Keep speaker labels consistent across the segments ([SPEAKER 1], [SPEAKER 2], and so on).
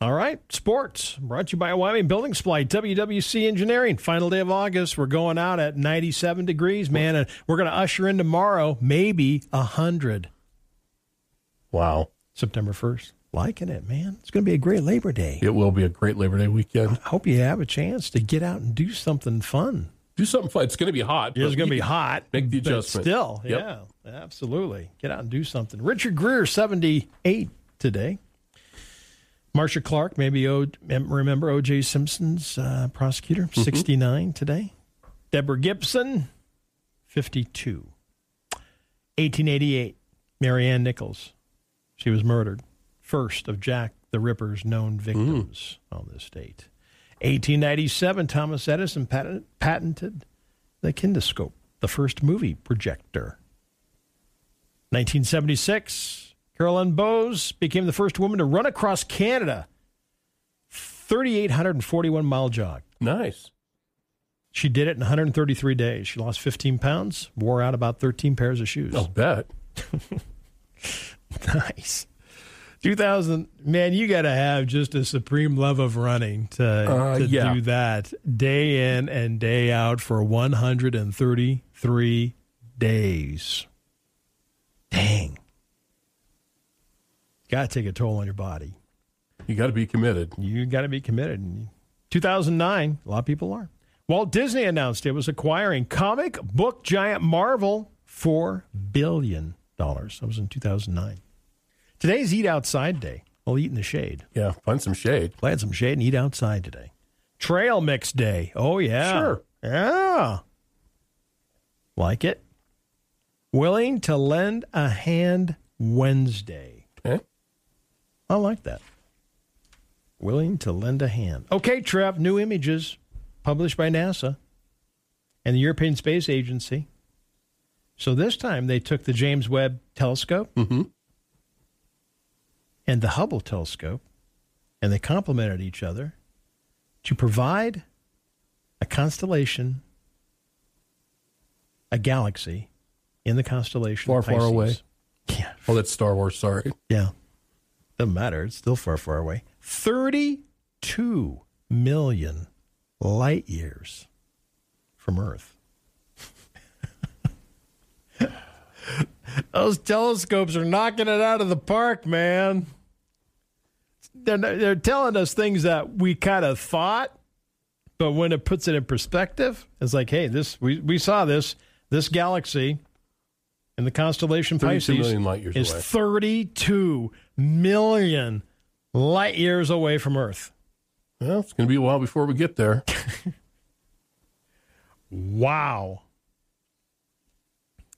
[SPEAKER 1] All right, sports brought to you by Wyoming Building Supply, WWC Engineering. Final day of August, we're going out at 97 degrees, man, and we're going to usher in tomorrow maybe 100
[SPEAKER 2] Wow.
[SPEAKER 1] September 1st. Liking it, man. It's going to be a great Labor Day.
[SPEAKER 2] It will be a great Labor Day weekend.
[SPEAKER 1] I hope you have a chance to get out and do something fun.
[SPEAKER 2] Do something fun. It's going to be hot.
[SPEAKER 1] It's going to be hot.
[SPEAKER 2] Make the
[SPEAKER 1] but
[SPEAKER 2] adjustment.
[SPEAKER 1] Still,
[SPEAKER 2] Yep.
[SPEAKER 1] yeah, absolutely. Get out and do something. Richard Greer, 78 today. Marsha Clark, maybe o, remember O.J. Simpson's uh, prosecutor,
[SPEAKER 2] Mm-hmm.
[SPEAKER 1] 69 today. Deborah Gibson, 52. 1888, Marianne Nichols. She was murdered, first of Jack the Ripper's
[SPEAKER 2] Mm.
[SPEAKER 1] known victims on this date. 1897, Thomas Edison patent, patented the kinescope, the first movie projector. 1976, Carolyn Bowes became the first woman to run across Canada, 3,841 mile jog.
[SPEAKER 2] Nice.
[SPEAKER 1] She did it in 133 days. She lost 15 pounds, wore out about 13 pairs of shoes.
[SPEAKER 2] I'll bet.
[SPEAKER 1] Nice. 2000, man, you got to have just a supreme love of running to,
[SPEAKER 2] Uh,
[SPEAKER 1] to
[SPEAKER 2] yeah.
[SPEAKER 1] do that day in and day out for 133 days. Dang. Got to take a toll on your body.
[SPEAKER 2] You got to be committed.
[SPEAKER 1] You got to be committed. And 2009, a lot of people are. Walt Disney announced it was acquiring comic book giant Marvel for billion dollars. That was in 2009. Today's Eat Outside Day. I'll eat in the shade.
[SPEAKER 2] Yeah. Find some shade.
[SPEAKER 1] Plant some shade and eat outside today. Trail Mix Day. Oh yeah,
[SPEAKER 2] Sure.
[SPEAKER 1] yeah. Like it. Willing to lend a hand Wednesday.
[SPEAKER 2] Eh?
[SPEAKER 1] I like that. Willing to lend a hand. Okay, Trev, new images published by NASA and the European Space Agency. So this time they took the James Webb telescope
[SPEAKER 2] Mhm.
[SPEAKER 1] and the Hubble telescope and they complemented each other to provide a constellation, a galaxy in the constellation of
[SPEAKER 2] Far, far away.
[SPEAKER 1] Pisces. Yeah.
[SPEAKER 2] Oh, that's Star Wars. Sorry.
[SPEAKER 1] Yeah. Doesn't matter. It's still far, far away. 32 million light years from Earth. Those telescopes are knocking it out of the park, man. They're, they're telling us things that we kind of thought, but when it puts it in perspective, it's like, hey, this we, we saw this this galaxy in the constellation
[SPEAKER 2] 32
[SPEAKER 1] Pisces
[SPEAKER 2] million light years
[SPEAKER 1] is
[SPEAKER 2] away.
[SPEAKER 1] 32 million light years away from Earth.
[SPEAKER 2] Well, it's going to be a while before we get there.
[SPEAKER 1] Wow.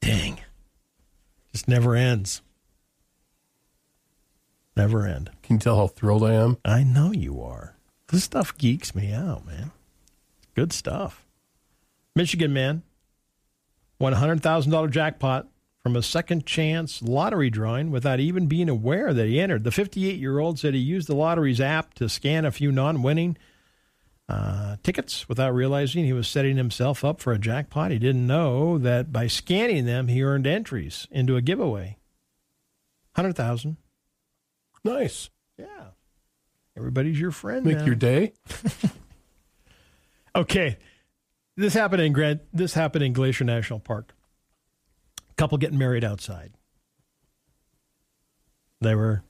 [SPEAKER 1] Dang. Just never ends. Never end.
[SPEAKER 2] Can you tell how thrilled I am?
[SPEAKER 1] I know you are. This stuff geeks me out, man. It's good stuff. Michigan man won a $100,000 jackpot from a second chance lottery drawing without even being aware that he entered. The 58 year old said he used the lottery's app to scan a few non winning uh, tickets without realizing he was setting himself up for a jackpot. He didn't know that by scanning them, he earned entries into a giveaway. 100,000.
[SPEAKER 2] Nice.
[SPEAKER 1] Yeah. Everybody's your friend.
[SPEAKER 2] Make
[SPEAKER 1] now.
[SPEAKER 2] your day.
[SPEAKER 1] Okay. This happened in Grant this happened in Glacier National Park. Couple getting married outside. They were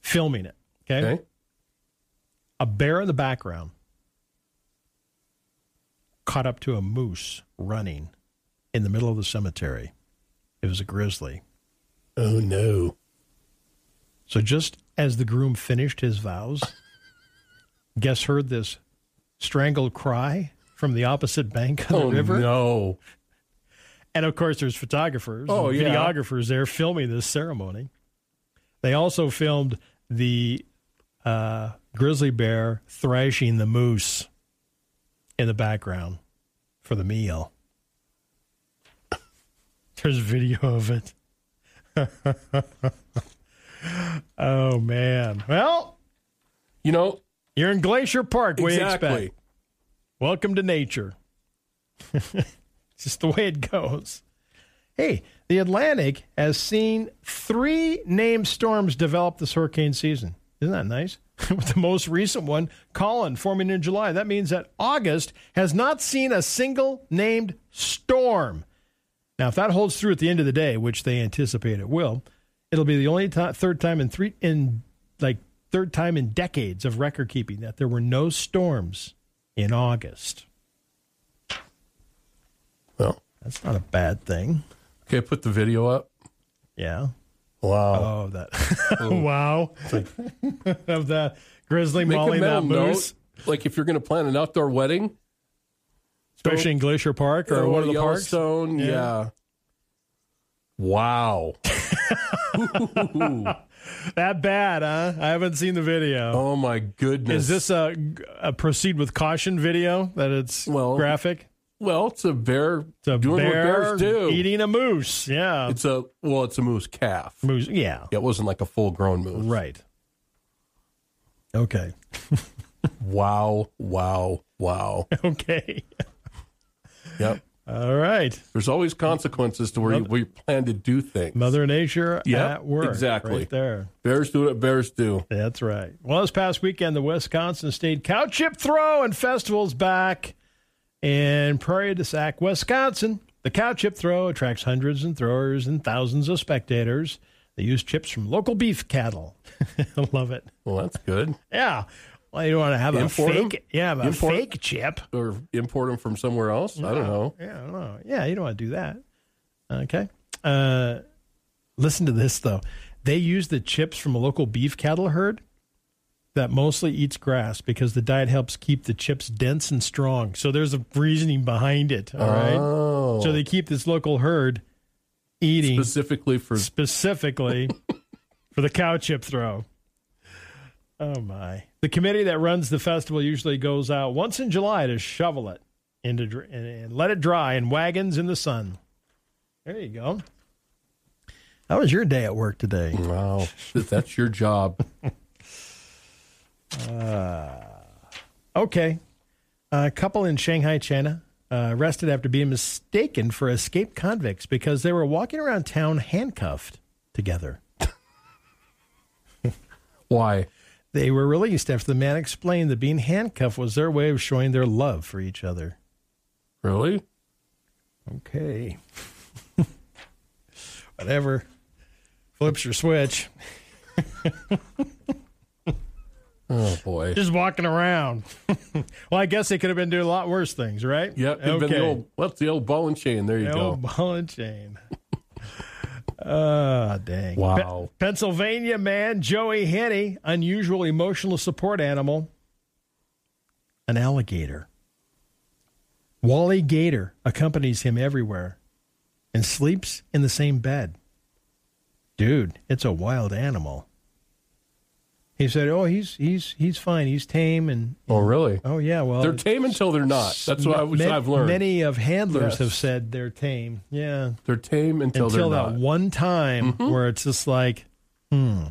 [SPEAKER 1] filming it. Okay.
[SPEAKER 2] Okay.
[SPEAKER 1] A bear in the background caught up to a moose running in the middle of the cemetery. It was a grizzly.
[SPEAKER 2] Oh, no.
[SPEAKER 1] So just as the groom finished his vows, Guess heard this strangled cry from the opposite bank of the
[SPEAKER 2] Oh,
[SPEAKER 1] river.
[SPEAKER 2] no.
[SPEAKER 1] And of course, there's photographers,
[SPEAKER 2] Oh,
[SPEAKER 1] and
[SPEAKER 2] yeah.
[SPEAKER 1] videographers there filming this ceremony. They also filmed the uh, grizzly bear thrashing the moose in the background for the meal. There's video of it. oh man! Well,
[SPEAKER 2] You know,
[SPEAKER 1] you're in Glacier Park. What do you
[SPEAKER 2] exactly.
[SPEAKER 1] expect? Welcome to nature. it's just the way it goes. Hey, the Atlantic has seen three named storms develop this hurricane season. Isn't that nice? with the most recent one, Colin, forming in July. That means that August has not seen a single named storm. Now, if that holds through at the end of the day, which they anticipate it will, it'll be the only ti third time in three in like third time in decades of record keeping that there were no storms in August.
[SPEAKER 2] Well,
[SPEAKER 1] That's not a bad thing.
[SPEAKER 2] okay, put the video up.
[SPEAKER 1] Yeah.
[SPEAKER 2] Wow.
[SPEAKER 1] Oh, that. wow. of the grizzly
[SPEAKER 2] Make
[SPEAKER 1] Molly
[SPEAKER 2] a
[SPEAKER 1] that
[SPEAKER 2] mental
[SPEAKER 1] moose.
[SPEAKER 2] note. Like if you're going to plan an outdoor wedding
[SPEAKER 1] Especially in Glacier Park
[SPEAKER 2] Oh,
[SPEAKER 1] or one of the parks.
[SPEAKER 2] Yellowstone, yeah. Wow.
[SPEAKER 1] That bad, huh? I haven't seen the video.
[SPEAKER 2] Oh my goodness.
[SPEAKER 1] Is this a, a proceed with caution video that it's
[SPEAKER 2] Well,
[SPEAKER 1] graphic?
[SPEAKER 2] well? It's a bear
[SPEAKER 1] It's a
[SPEAKER 2] doing
[SPEAKER 1] bear
[SPEAKER 2] what bears do.
[SPEAKER 1] eating a moose. Yeah.
[SPEAKER 2] It's a well. It's a moose calf.
[SPEAKER 1] moose. Yeah.
[SPEAKER 2] Yeah, it wasn't like a full grown moose.
[SPEAKER 1] Right. Okay.
[SPEAKER 2] Wow. Wow. Wow.
[SPEAKER 1] Okay.
[SPEAKER 2] yep.
[SPEAKER 1] All right.
[SPEAKER 2] There's always consequences to where you, where you plan to do things.
[SPEAKER 1] Mother Nature
[SPEAKER 2] Yep,
[SPEAKER 1] at work.
[SPEAKER 2] exactly.
[SPEAKER 1] Right there.
[SPEAKER 2] Bears do what bears do.
[SPEAKER 1] That's right. Well, this past weekend, the Wisconsin State Cow Chip Throw and Festival's back in Prairie du Sac, Wisconsin. The Cow Chip Throw attracts hundreds and throwers and thousands of spectators. They use chips from local beef cattle. I love it.
[SPEAKER 2] Well, that's good.
[SPEAKER 1] Yeah. Well, you don't want to have
[SPEAKER 2] Import
[SPEAKER 1] a
[SPEAKER 2] 'em?
[SPEAKER 1] fake, yeah, have a
[SPEAKER 2] Import 'em?
[SPEAKER 1] fake chip.
[SPEAKER 2] Or import them from somewhere else. I don't know.
[SPEAKER 1] Yeah, I don't know. Yeah, you don't want to do that. Okay. Uh, listen to this though. They use the chips from a local beef cattle herd that mostly eats grass because the diet helps keep the chips dense and strong. So there's a reasoning behind it. All right.
[SPEAKER 2] Oh,
[SPEAKER 1] So they keep this local herd eating
[SPEAKER 2] specifically for
[SPEAKER 1] specifically for the cow chip throw. Oh my! The committee that runs the festival usually goes out once in July to shovel it into dr- and, and let it dry in wagons in the sun. There you go. How was your day at work today?
[SPEAKER 2] wow. If that's your job.
[SPEAKER 1] Okay, a couple in Shanghai, China, uh, arrested after being mistaken for escaped convicts because they were walking around town handcuffed together.
[SPEAKER 2] Why?
[SPEAKER 1] They were released after the man explained that being handcuffed was their way of showing their love for each other.
[SPEAKER 2] Really?
[SPEAKER 1] Okay. Whatever. Flips your switch.
[SPEAKER 2] Oh boy.
[SPEAKER 1] Just walking around. well, I guess they could have been doing a lot worse things, right?
[SPEAKER 2] Yep. it'd been the old, what's the old ball and chain? There you
[SPEAKER 1] The old
[SPEAKER 2] go.
[SPEAKER 1] ball and chain. Ah, dang.
[SPEAKER 2] Wow.
[SPEAKER 1] Pe- Pennsylvania man Joey Henney, unusual emotional support animal, an alligator. Wally Gator accompanies him everywhere and sleeps in the same bed. Dude, it's a wild animal. He said, "Oh, he's he's he's fine. He's tame and
[SPEAKER 2] Oh, really?
[SPEAKER 1] oh yeah, well,
[SPEAKER 2] They're tame until they're not. That's what I, was
[SPEAKER 1] Ma-
[SPEAKER 2] I've learned.
[SPEAKER 1] Many of handlers
[SPEAKER 2] Yes.
[SPEAKER 1] have said they're tame. Yeah.
[SPEAKER 2] they're tame until,
[SPEAKER 1] Until
[SPEAKER 2] they're
[SPEAKER 1] that
[SPEAKER 2] not. Mm-hmm.
[SPEAKER 1] one time where it's just like, hmm.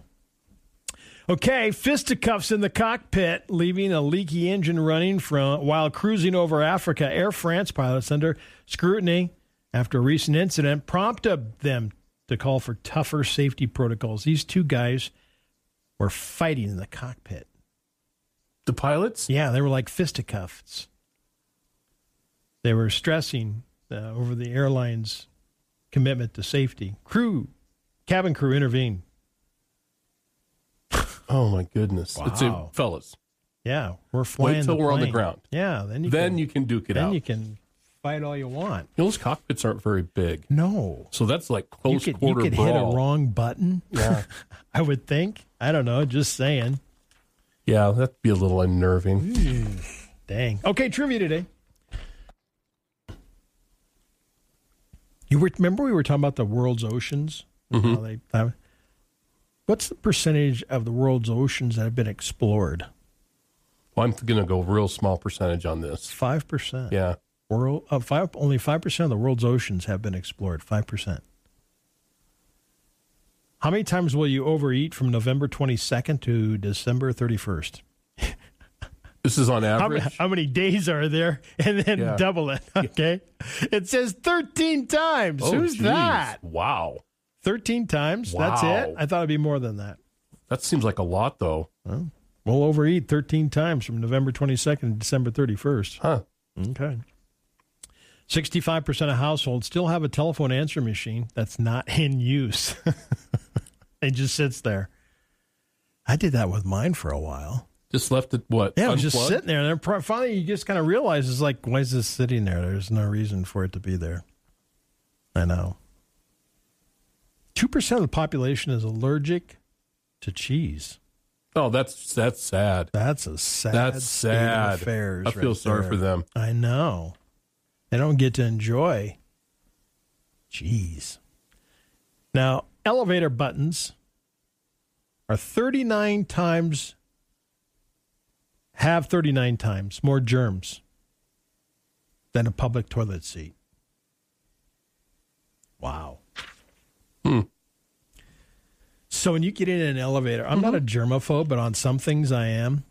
[SPEAKER 1] Okay, fisticuffs in the cockpit, leaving a leaky engine running from while cruising over Africa. Air France pilots under scrutiny after a recent incident prompted them to call for tougher safety protocols. These two guys were fighting in the cockpit.
[SPEAKER 2] The pilots?
[SPEAKER 1] Yeah, they were like fisticuffs. They were stressing uh, over the airline's commitment to safety. Crew, cabin crew intervened.
[SPEAKER 2] Oh my goodness. It's a
[SPEAKER 1] Wow.
[SPEAKER 2] fellas.
[SPEAKER 1] Yeah, we're flying.
[SPEAKER 2] till
[SPEAKER 1] the
[SPEAKER 2] we're on the
[SPEAKER 1] plane.
[SPEAKER 2] ground.
[SPEAKER 1] Yeah, then you
[SPEAKER 2] Then
[SPEAKER 1] can,
[SPEAKER 2] you can duke it
[SPEAKER 1] then
[SPEAKER 2] out.
[SPEAKER 1] you can fight all you want.
[SPEAKER 2] You know, those cockpits aren't very big.
[SPEAKER 1] No,
[SPEAKER 2] So that's like
[SPEAKER 1] you
[SPEAKER 2] close
[SPEAKER 1] could, you
[SPEAKER 2] quarter
[SPEAKER 1] could hit
[SPEAKER 2] brawl.
[SPEAKER 1] a wrong button.
[SPEAKER 2] Yeah.
[SPEAKER 1] I would think. I don't know. Just saying.
[SPEAKER 2] yeah, that'd be a little unnerving.
[SPEAKER 1] Dang. Okay, trivia today. You were, remember we were talking about the world's oceans? and how they- how- what's the percentage of the world's oceans that have been explored?
[SPEAKER 2] Well, I'm going to go real small percentage on this.
[SPEAKER 1] Five percent.
[SPEAKER 2] Yeah.
[SPEAKER 1] World uh, five only five percent of the world's oceans have been explored. Five percent. How many times will you overeat from November twenty second to December thirty first?
[SPEAKER 2] This is on
[SPEAKER 1] how, ma-
[SPEAKER 2] average.
[SPEAKER 1] how many days are there and then
[SPEAKER 2] Yeah.
[SPEAKER 1] double it okay it says 13 times
[SPEAKER 2] Oh,
[SPEAKER 1] who's
[SPEAKER 2] geez.
[SPEAKER 1] that
[SPEAKER 2] Wow.
[SPEAKER 1] 13 times that's it
[SPEAKER 2] Wow.
[SPEAKER 1] i thought it'd be more than that
[SPEAKER 2] That seems like a lot, though.
[SPEAKER 1] We'll overeat 13 times from November 22nd to December 31st.
[SPEAKER 2] Huh.
[SPEAKER 1] Okay. 65% of households still have a telephone answer machine that's not in use. it just sits there. I did that with mine for a while.
[SPEAKER 2] Just left it what?
[SPEAKER 1] Yeah, it was just
[SPEAKER 2] unplugged?
[SPEAKER 1] sitting there. And then pro- finally, you just kind of realize it's like, why is this sitting there? There's no reason for it to be there. I know. 2% of the population is allergic to cheese.
[SPEAKER 2] Oh, that's that's sad.
[SPEAKER 1] That's a sad,
[SPEAKER 2] That's
[SPEAKER 1] state of
[SPEAKER 2] sad.
[SPEAKER 1] affairs
[SPEAKER 2] I feel
[SPEAKER 1] right
[SPEAKER 2] sorry
[SPEAKER 1] there.
[SPEAKER 2] for them.
[SPEAKER 1] I know. They don't get to enjoy. Jeez. Now, elevator buttons are 39 times, have 39 times more germs than a public toilet seat. Wow.
[SPEAKER 2] Hmm.
[SPEAKER 1] So when you get in an elevator, I'm not a
[SPEAKER 2] Mm-hmm.
[SPEAKER 1] germaphobe, but on some things I am.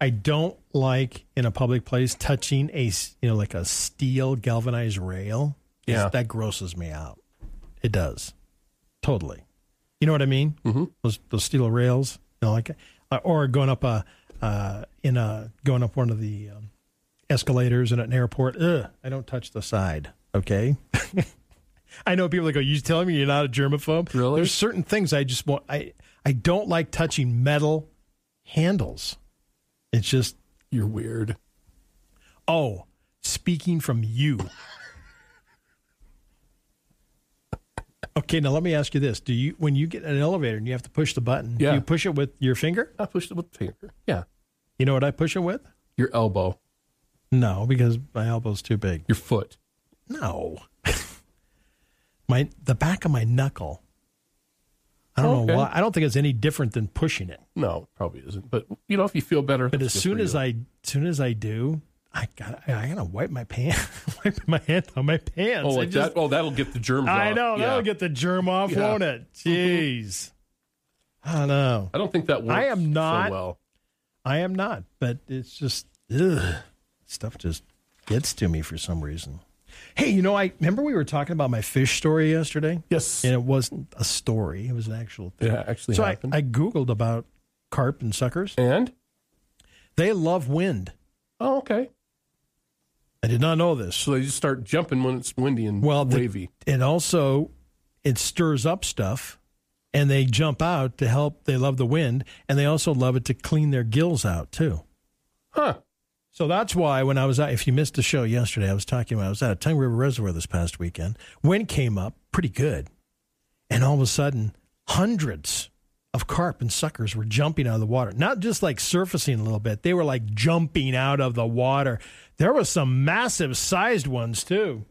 [SPEAKER 1] I don't like in a public place touching a s- you know like a steel galvanized rail. It's-
[SPEAKER 2] Yeah.
[SPEAKER 1] that grosses me out. It does, totally. You know what I mean? Mm-hmm. Those those steel rails, you know, like uh, or going up a uh, in a going up one of the um, escalators in an airport. Ugh, I don't touch the side. Okay. I know people that go, "You telling me you're not a germaphobe?"
[SPEAKER 2] Really?
[SPEAKER 1] There's certain things I just want. I I don't like touching metal handles. It's just
[SPEAKER 2] You're weird.
[SPEAKER 1] oh, speaking from you. okay, now let me ask you this: Do you, when you get in an elevator and you have to push the button, do
[SPEAKER 2] Yeah.
[SPEAKER 1] you push it with your finger?
[SPEAKER 2] I pushed it with the finger. Yeah.
[SPEAKER 1] You know what I push it with?
[SPEAKER 2] Your elbow.
[SPEAKER 1] No, because my elbow's too big.
[SPEAKER 2] Your foot.
[SPEAKER 1] No. my the back of my knuckle. I don't
[SPEAKER 2] Okay.
[SPEAKER 1] know why. I don't think it's any different than pushing it.
[SPEAKER 2] No, probably isn't. But you know, if you feel better,
[SPEAKER 1] But as soon as I soon as I do, I got I gotta wipe my pants, wipe my hand on my pants.
[SPEAKER 2] oh
[SPEAKER 1] I
[SPEAKER 2] like
[SPEAKER 1] just-
[SPEAKER 2] that, oh that'll get the germs.
[SPEAKER 1] I
[SPEAKER 2] off.
[SPEAKER 1] know
[SPEAKER 2] Yeah.
[SPEAKER 1] that'll get the germ off,
[SPEAKER 2] Yeah.
[SPEAKER 1] won't it? Jeez, I know.
[SPEAKER 2] I don't think that works.
[SPEAKER 1] I am not-
[SPEAKER 2] so well.
[SPEAKER 1] I am not, but it's just ugh, stuff just gets to me for some reason. Hey, you know, I remember we were talking about my fish story yesterday.
[SPEAKER 2] Yes.
[SPEAKER 1] and it wasn't a story; it was an actual thing.
[SPEAKER 2] Yeah, actually
[SPEAKER 1] So I,
[SPEAKER 2] happened.
[SPEAKER 1] I googled about carp and suckers.
[SPEAKER 2] and
[SPEAKER 1] They love wind.
[SPEAKER 2] oh, okay.
[SPEAKER 1] I did not know this.
[SPEAKER 2] So they just start jumping when it's windy and
[SPEAKER 1] Well, the-
[SPEAKER 2] wavy.
[SPEAKER 1] It also it stirs up stuff, and they jump out to help. They love the wind, and they also love it to clean their gills out too.
[SPEAKER 2] Huh.
[SPEAKER 1] So that's why when I was out, if you missed the show yesterday, I was talking about, I was out at Tongue River Reservoir this past weekend. Wind came up pretty good. And all of a sudden, hundreds of carp and suckers were jumping out of the water. Not just like surfacing a little bit, they were like jumping out of the water. There were some massive sized ones too.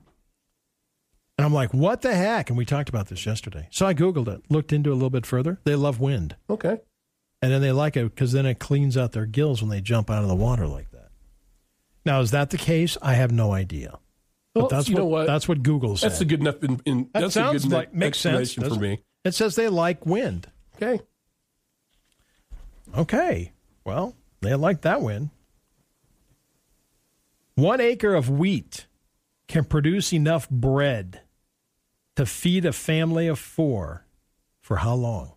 [SPEAKER 1] And I'm like, what the heck? And we talked about this yesterday. So I Googled it, looked into it a little bit further. They love wind.
[SPEAKER 2] Okay.
[SPEAKER 1] And then they like it because then it cleans out their gills when they jump out of the water like that. Now, is that the case? I have no idea. But
[SPEAKER 2] Well,
[SPEAKER 1] that's
[SPEAKER 2] you
[SPEAKER 1] what,
[SPEAKER 2] know what?
[SPEAKER 1] that's what Google says.
[SPEAKER 2] That's a good enough. In, in,
[SPEAKER 1] That
[SPEAKER 2] that's
[SPEAKER 1] sounds
[SPEAKER 2] a good
[SPEAKER 1] like- makes sense,
[SPEAKER 2] explanation for
[SPEAKER 1] doesn't
[SPEAKER 2] me.
[SPEAKER 1] it says they like wind.
[SPEAKER 2] Okay.
[SPEAKER 1] Okay. Well, they like that wind. One acre of wheat can produce enough bread to feed a family of four for how long?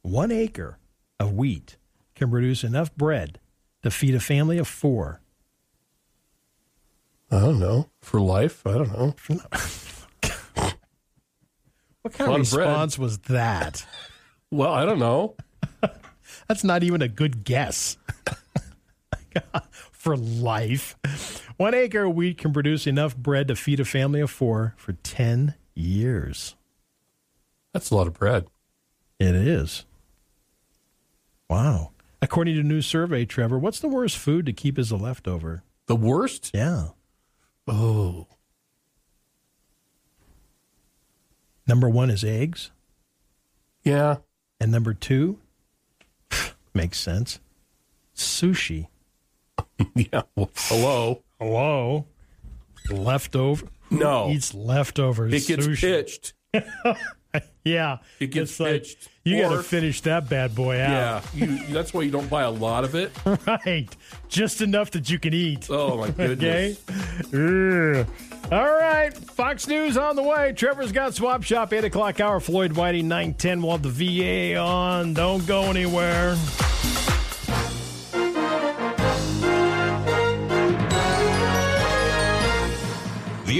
[SPEAKER 1] One acre of wheat can produce enough bread to feed a family of four
[SPEAKER 2] I don't know. For life, I don't know.
[SPEAKER 1] What kind
[SPEAKER 2] A
[SPEAKER 1] of
[SPEAKER 2] lot of bread.
[SPEAKER 1] response was that?
[SPEAKER 2] Well, I don't know.
[SPEAKER 1] That's not even a good guess. for life. One acre of wheat can produce enough bread to feed a family of four for 10 years.
[SPEAKER 2] That's a lot of bread.
[SPEAKER 1] It is. Wow. According to a new survey, Trevor, what's the worst food to keep as a leftover?
[SPEAKER 2] The worst?
[SPEAKER 1] Yeah.
[SPEAKER 2] Oh,
[SPEAKER 1] Number one is eggs,
[SPEAKER 2] yeah.
[SPEAKER 1] and number two makes sense sushi.
[SPEAKER 2] yeah. Well, hello.
[SPEAKER 1] Hello. Leftover.
[SPEAKER 2] No.
[SPEAKER 1] Eats leftovers.
[SPEAKER 2] Oh. It gets
[SPEAKER 1] sushi.
[SPEAKER 2] pitched.
[SPEAKER 1] Yeah.
[SPEAKER 2] It gets
[SPEAKER 1] It's like,
[SPEAKER 2] pitched.
[SPEAKER 1] You got to
[SPEAKER 2] Or-
[SPEAKER 1] finish that bad boy out.
[SPEAKER 2] Yeah. You, that's why you don't buy a lot of it.
[SPEAKER 1] Right. Just enough that you can eat.
[SPEAKER 2] Oh, my
[SPEAKER 1] Okay.
[SPEAKER 2] goodness.
[SPEAKER 1] Ugh. All right. Fox News on the way. Trevor's got Swap Shop, 8 o'clock hour. Floyd Whiting, 910. We'll have the VA on. Don't go anywhere.